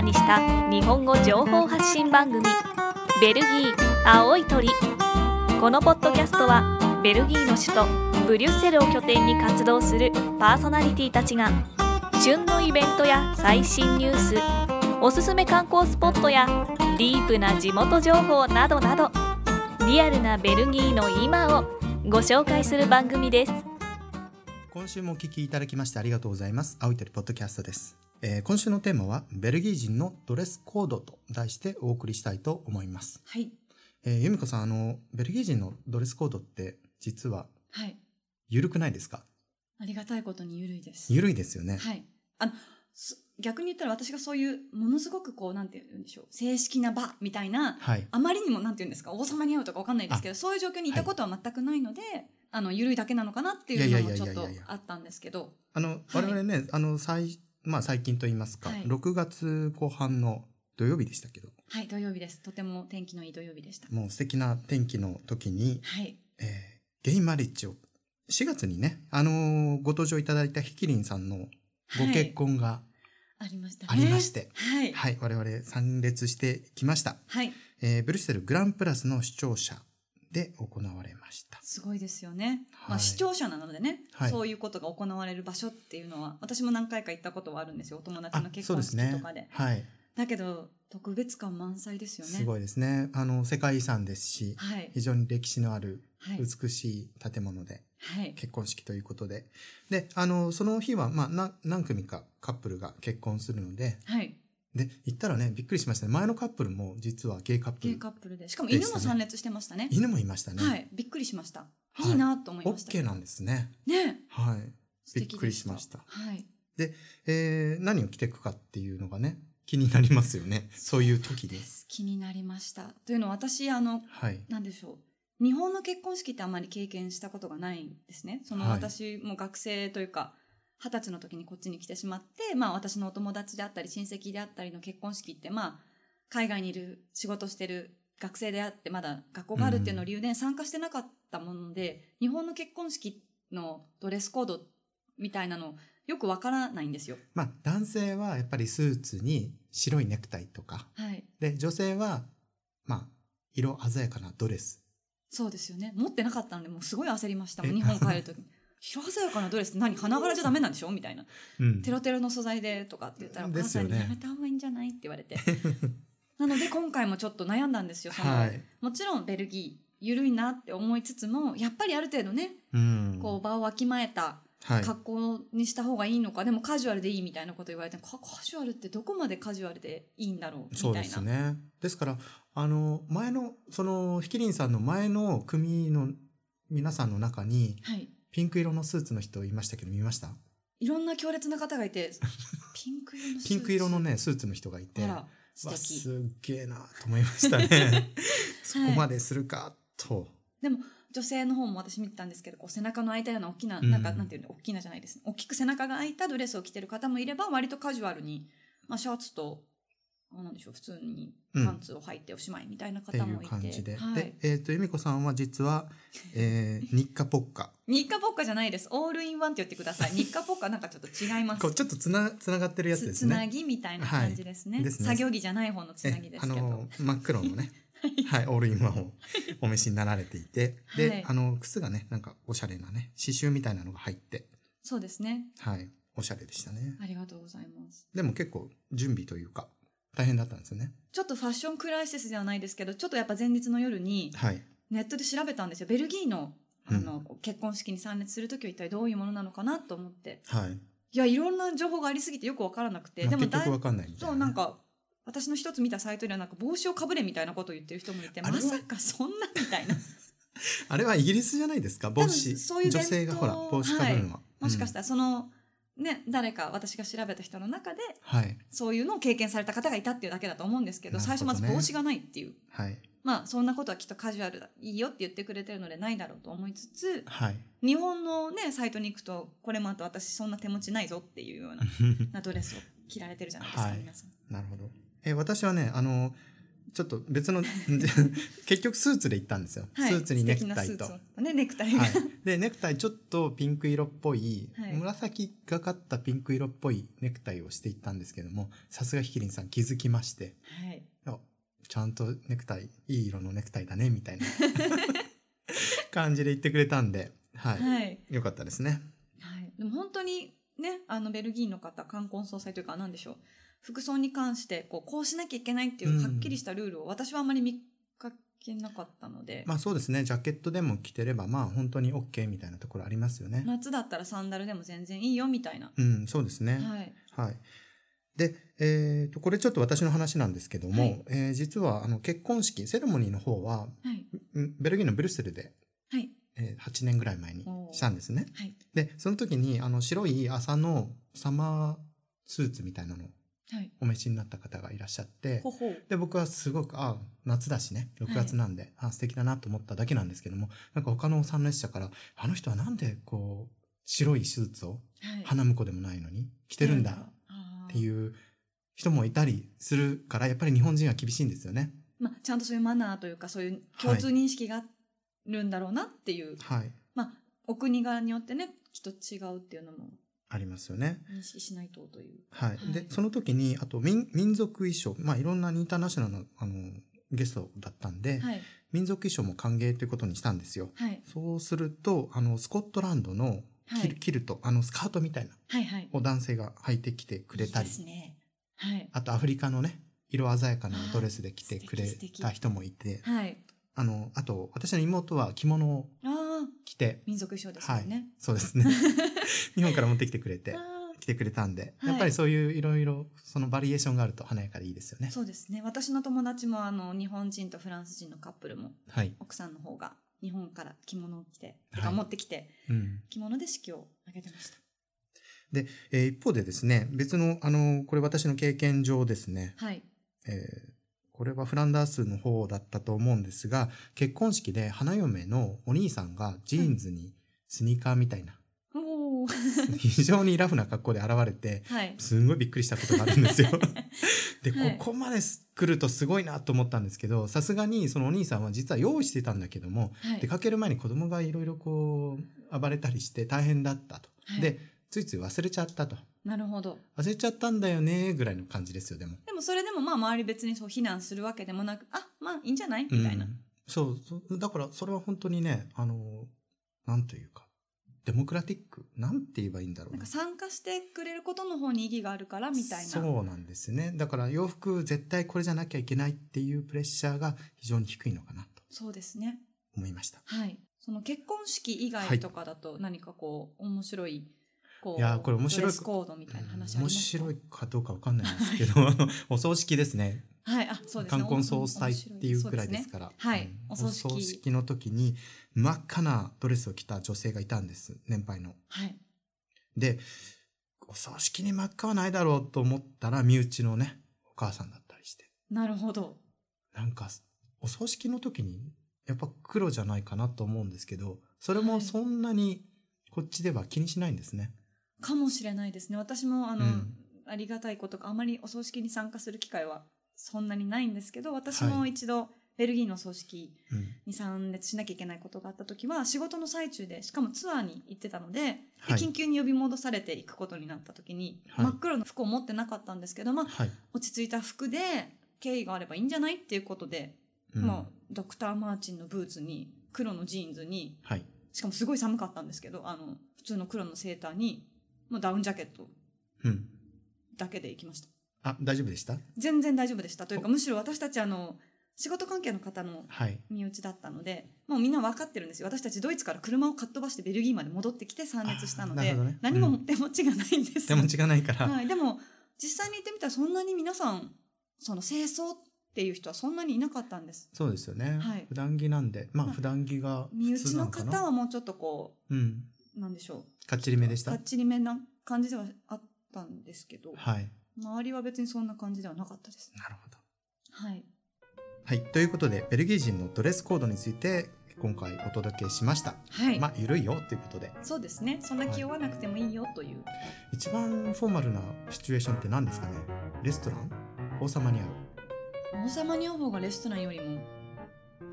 にした日本語情報発信番組「ベルギー青い鳥」このポッドキャストはベルギーの首都ブリュッセルを拠点に活動するパーソナリティたちが旬のイベントや最新ニュースおすすめ観光スポットやディープな地元情報などなどリアルなベルギーの今をご紹介する番組です。今週もお聞きいただきましてありがとうございます。青い鳥ポッドキャストです、えー今週のテーマはベルギー人のドレスコードと題してお送りしたいと思います。はい。えー、由美子さん、あの、ベルギー人のドレスコードって実ははい。緩くないですかありがたいことに緩いです。緩いですよね。はい。あの、そ逆に言ったら私がそういう、ものすごくこう、なんて言うんでしょう。正式な場みたいな、はい。あまりにもなんて言うんですか、王様に会うとかわかんないですけど、そういう状況にいたことは全くないので、あの、緩いだけなのかなっていうのいやもいちやょいやっいやいやといやあったんですけど、あの、我々ね、あの、最、まあ最近と言いますか、はい6月後半の土曜日でしたけど、はい、土曜日です。とても天気のいい土曜日でした。もう素敵な天気の時に、はい。えーゲイマリッジを、4月にね、あのーご登場いただいたヒキリンさんのご結婚が、はい。ありましたね。ありましてはい。はい。はい、我々参列してきました。えーブリュッセルグランプラスの視聴者で行われました。すごいですよね。はまいあ、視聴者なのでね、はいそういうことが行われる場所っていうのは、私も何回か行ったことはあるんですよ。お友達の結婚式とかで。はい、だけど、特別感満載ですよね。すごいですね。あの、世界遺産ですし、はい。非常に歴史のあるはい。美しい建物で、はい。結婚式ということで。で、あの、その日は、まあ、な何組かカップルが結婚するので、はい。で、行ったらね、びっくりしましたね。前のカップルも実はゲイカップゲイル。カップルで。しかもで犬したねも参列してましたね。犬もいましたね。はい。びっくりしました。はいいいなと思いオましッた。ケーなんですね。ねはい。素敵びっくりしましたはい。えー何を着ていくかっていうのがね、気になりますよね。そういう時で。ですす。気になりました。というのは、私、あの、はい。なんでしょう。日本の結婚式ってあまり経験したことがないんですね。そのはい私も学生というか、二十歳の時にこっちに来てしまって、まあ私のお友達であったり親戚であったりの結婚式って、まあ海外にいる仕事してる学生であって、まだ学校があるっていうのを理由で参加してなかったもので、日本の結婚式のドレスコードみたいなのよくわからないんですよ。まあ、男性はやっぱりスーツに白いネクタイとか、はい。で、女性は、まあ、色鮮やかなドレス。そうですよね。持ってなかったので、もうすごい焦りましたもん。え日本帰る時に。 色鮮やかなドレスって何花柄じゃダメなんでしょみたいな。うんテロテロの素材でとかって言ったら、おで母すさよんねにやめた方がいいんじゃないって言われて。 なので今回もちょっと悩んだんですよ。そのはい。もちろんベルギー、緩いなって思いつつも、やっぱりある程度ね、うん。こう場をわきまえたはい。格好にした方がいいのか、でもカジュアルでいいみたいなこと言われて、かカジュアルってどこまでカジュアルでいいんだろうみたそいうな。ですね。ですから、あの、前の、その、ひきりんさんの前の組の皆さんの中に、はい。ピンク色のスーツの人いましたけど、見ましたいろんな強烈な方が いて、ピンク色のスーツピンク色のね、スーツの人がいて、あら、素わ敵。すっげえなと思いましたね。そこまはいでするかと。女性の方も私見てたんですけどこう背中の開いたような大きなうんなんか、なんていうの大きなじゃないです大きく背中が開いたドレスを着てる方もいれば割とカジュアルに、まあ、シャツとあなんでしょう普通にうんパンツを履いておしまいみたいなってい方もういて,、感じで。はい、で、えっ、と、由美子さんは実は、え ー、日課ポッカ。日課ポッカじゃないですオールインワンって言ってく ださい日課ポッカなんかちょっと違いますこう、ちょっとつな、つながってるやつつでつすなね。ぎみたいな感じですね,、はいですね作業着じゃない方のつなぎえであすけど、 の、真っ黒のね、はい、オールインワンをお召しになられていて、で、はいあの、靴がね、なんかおしゃれなね、刺繍みたいなのが入って、そうですねはい、おしゃれでしたね。ありがとうございますでも結構、準備というか、大変だったんですよね。ちょっとファッションクライシスではないですけどちょっとやっぱ前日の夜にはい。ネットで調べたんですよベルギーのあの、結婚式に参列する時は一体どういうものなのかなと思ってはい。いやいろんな情報がありすぎてよく分からなくてまあでも結だい局わかんないみたいそうなんか私の一つ見たサイトではなんか帽子をかぶれみたいなことを言ってる人もいてあれはまさかそんなみ たいなあれはイギリスじゃないですか帽多子。分そういう女伝統性がほら、帽子かぶるのは。もしかしたら。らその、ね誰か私が調べた人の中ではい。そういうのを経験された方がいたっていうだけだと思うんですけどなるほど最ね初まず帽子がないっていうはい。まあそんなことはきっとカジュアルだいいよって言ってくれてるのでないだろうと思いつつ はい。日本のねサイトに行くとこれもあと私そんな手持ちないぞっていうようななドレスを着られてるじゃないですか、はい皆さんなるほど。えー私はね、あの、ちょっと別の 結局スーツで行ったんですよ、はい、スーツにネクタイと、素敵なはスーツをね、ネクタイが、い、でネクタイちょっとピンク色っぽい、はい紫がかったピンク色っぽいネクタイをしていったんですけどもさすがひきりんさん気づきましてはい、あちゃんとネクタイいい色のネクタイだねみたいな 感じで言ってくれたんで、はいはい。よかったですねはい、でも本当にねあのベルギーの方冠婚葬祭というか何でしょう服装に関してこうこうしなきゃいけないっていううんはっきりしたルールを私はあまり見かけなかったので、まあそうですねジャケットでも着てればまあ本当に OK みたいなところありますよね、夏だったらサンダルでも全然いいよみたいな、うんそうですね、はいはい。で、えー、とこれちょっと私の話なんですけども、はいえー実はあの結婚式セレモニーの方ははいんベルギーのブリュッセルで、はいえー8年ぐらい前にしたんですね。はいでその時にあの白い朝のサマースーツみたいなのをはいお召しになった方がいらっしゃってほほうで僕はすごくあ夏だしね6月なんで、あ素敵だなと思っただけなんですけどもなんか他の参列者から「あの人はなんでこう白いスーツをはい花婿でもないのに着てるんだ」あっーていう人もいたりするからやっぱり日本人は厳しいんですよね。まあ、ちゃんとそういうマナーというかそういう共通認識があるんだろうなっていう、はい、まあお国柄によってねきっと違うっていうのもありますよね。認識しないとというはいはいでその時にあと民民族衣装、まあ、いろんなインターナショナルのあのゲストだったんで、はい民族衣装も歓迎ということにしたんですよ。はいそうするとあのスコットランドのはキル,、いキルトあのスカートみたいなはいはいを男性が履いてきてくれたりいいですねはいあとアフリカのね色鮮やかなドレスで着てくれあー素敵素敵た人もいてはい。あのあと私の妹は着物をああ、着て民族衣装ですよね。そうですね 日本から持ってきてくれてあ来てくれたんで、はいやっぱりそういういろいろそのバリエーションがあると華やかでいいですよあね。そうですね。私の友達もあの日本人とフランス人のカップルもはい、奥さんの方が日本から着物を着て、はいてか持ってきてうん着物で式を挙げてました。えー一方でですね別のあのこれ私の経験上ですね、はいえーこれはフランダースの方だったと思うんですが結婚式で花嫁のお兄さんがジーンズにスニーカーみたいな、おお。非常にラフな格好で現れてはい。すんごいびっくりしたことがあるんです よ。で、はいここまです来るとすごいなと思ったんですけどさすがにそのお兄さんは実は用意してたんだけどもはい出。かける前に子供がいろいろこう暴れたりして大変だったと、はいでついつい忘れちゃったとなるほど。忘れちゃったんだよねぐらいの感じですよでも。でもそれでもまあ周り別にそう非難するわけでもなく、あまあいいんじゃないみたいな。うんそうそうだからそれは本当にねあのなんというかデモクラティックなんて言えばいいんだろうなんか参加してくれることの方に意義があるからみたいな。そうなんですねだから洋服絶対これじゃなきゃいけないっていうプレッシャーが非常に低いのかなとそうですね。思いましたはい。その結婚式以外とかだと何かこう面白いこういやーこれ面白いドレスコードみたいな話あり面ますか。白いかどうかわかんないんですけどあの お葬式ですねはい、あ、そうですね。冠婚葬祭っていうくらいですからそうですねはいうんお葬式お葬式の時に真っ赤なドレスを着た女性がいたんです年配の。ら。はい。でお葬式に真っ赤はないだろうと思ったら身内のねお母さんだったりしてなるほど。なんかお葬式の時にやっぱ黒じゃないかなと思うんですけどそれもそんなにこっちでは気にしないんですね。かもしれないですね。私もあの、うんありがたいことかあまりお葬式に参加する機会はそんなにないんですけど、私も一度ベルギーのお葬式うんに参列しなきゃいけないことがあった時は仕事の最中でしかもツアーに行ってたので,で、はい緊急に呼び戻されていくことになった時に、はい真っ黒の服を持ってなかったんですけど、まあ、はい落ち着いた服で敬意があればいいんじゃないっていうことで、うんまあ、ドクター・マーチンのブーツに黒のジーンズにはいしかもすごい寒かったんですけどあの普通の黒のセーターに、まあ、ダウンジャケットうん、だけで行きましたあ大丈夫でした全然大丈夫でしたというかむしろ私たちあの仕事関係の方のはい身内だったのでもうみんな分かってるんですよ私たちドイツから車をかっ飛ばしてベルギーまで戻ってきて参列したのあなで、るほどね何も手持ちがないんです手持ちがないから、はい、でも実際に行ってみたらそんなに皆さんその清掃っていう人はそんなにいなかったんですそうですよね、はい普段着なんでまあまあ普段着が普身内通なののかな方はもうちょっとこうんうなんでしょかっちりめでうしたかっちりめな感じではあったんですけどはい周りは別にそんな感じではなかったですなるほどはいはいということでベルギー人のドレスコードについて今回お届けしました、はい、まあ緩いよということでそうですねそんな気負わなくてもいいよという、一番フォーマルなシチュエーションって何ですかねレストラン王様に会う王様女房がレストランよりも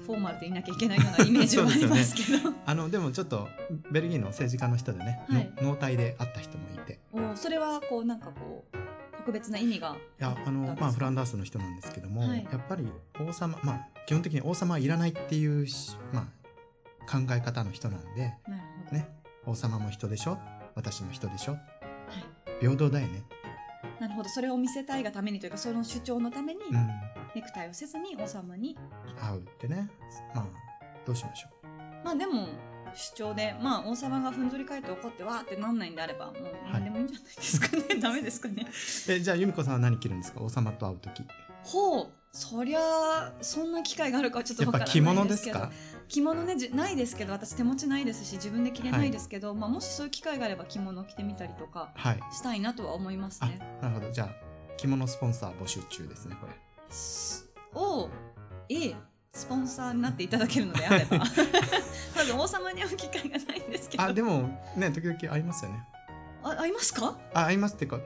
フォーマルでいなきゃいけないよ うなイメージはありますけど あのでもちょっとベルギーの政治家の人でね、はいの農体で会った人もいていおそれはこうなんかこう特別な意味がやあどうの、ですかまあ、フランダースの人なんですけども、はいやっぱり王様まあ基本的に王様はいらないっていうし、まあ、考え方の人なんで、なるほど、ね、王様も人でしょ私も人でしょはい平等だよね、なるほどそれを見せたいがためにというかその主張のためにうん、ネクタイをせずに王様に、会うってねまあどうしましょうまあでも主張でまあ王様がふんぞり返って怒ってわーってなんないんであればもう何でもいいんじゃないですかね、 ダメですかねえじゃあ由美子さんは何着るんですか王様と会う時ほうそりゃあそんな機会があるかはちょっとやわっかぱらないです着けど物ですか着物ねじないですけど私手持ちないですし自分で着れないですけど、まあ、もしそういう機会があれば着物を着てみたりとかはいしたいなとは思いますあね。なるほどじゃあ着物スポンサー募集中ですねこれすをええスポンサーになっていただけるのであ れば多分王様に会う機会がないんですけどああでもね時々会いますよね会いますか、あ会いますっていうか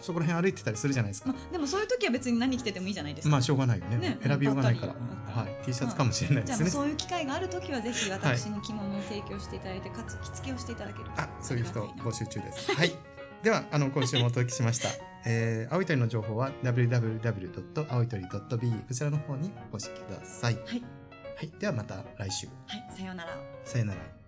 そこら辺歩いてたりするじゃないですかま、あ、でもそういう時は別に何着ててもいいじゃないですか、まあしょうがないよねね選びようがないから、ばったりはい T シャツかもしれないじでゃあすもうね、そういう機会がある時はぜひ私に着物を提供していただいて、かつ着付けをしていただけるとあそういう人ありがたいな募集中ですはいではあの今週もお届けしましたえー、青い鳥の情報は www. 青い鳥 .be こちらの方にお越しくださいはい、はい、ではまた来週はい、さようならさよなら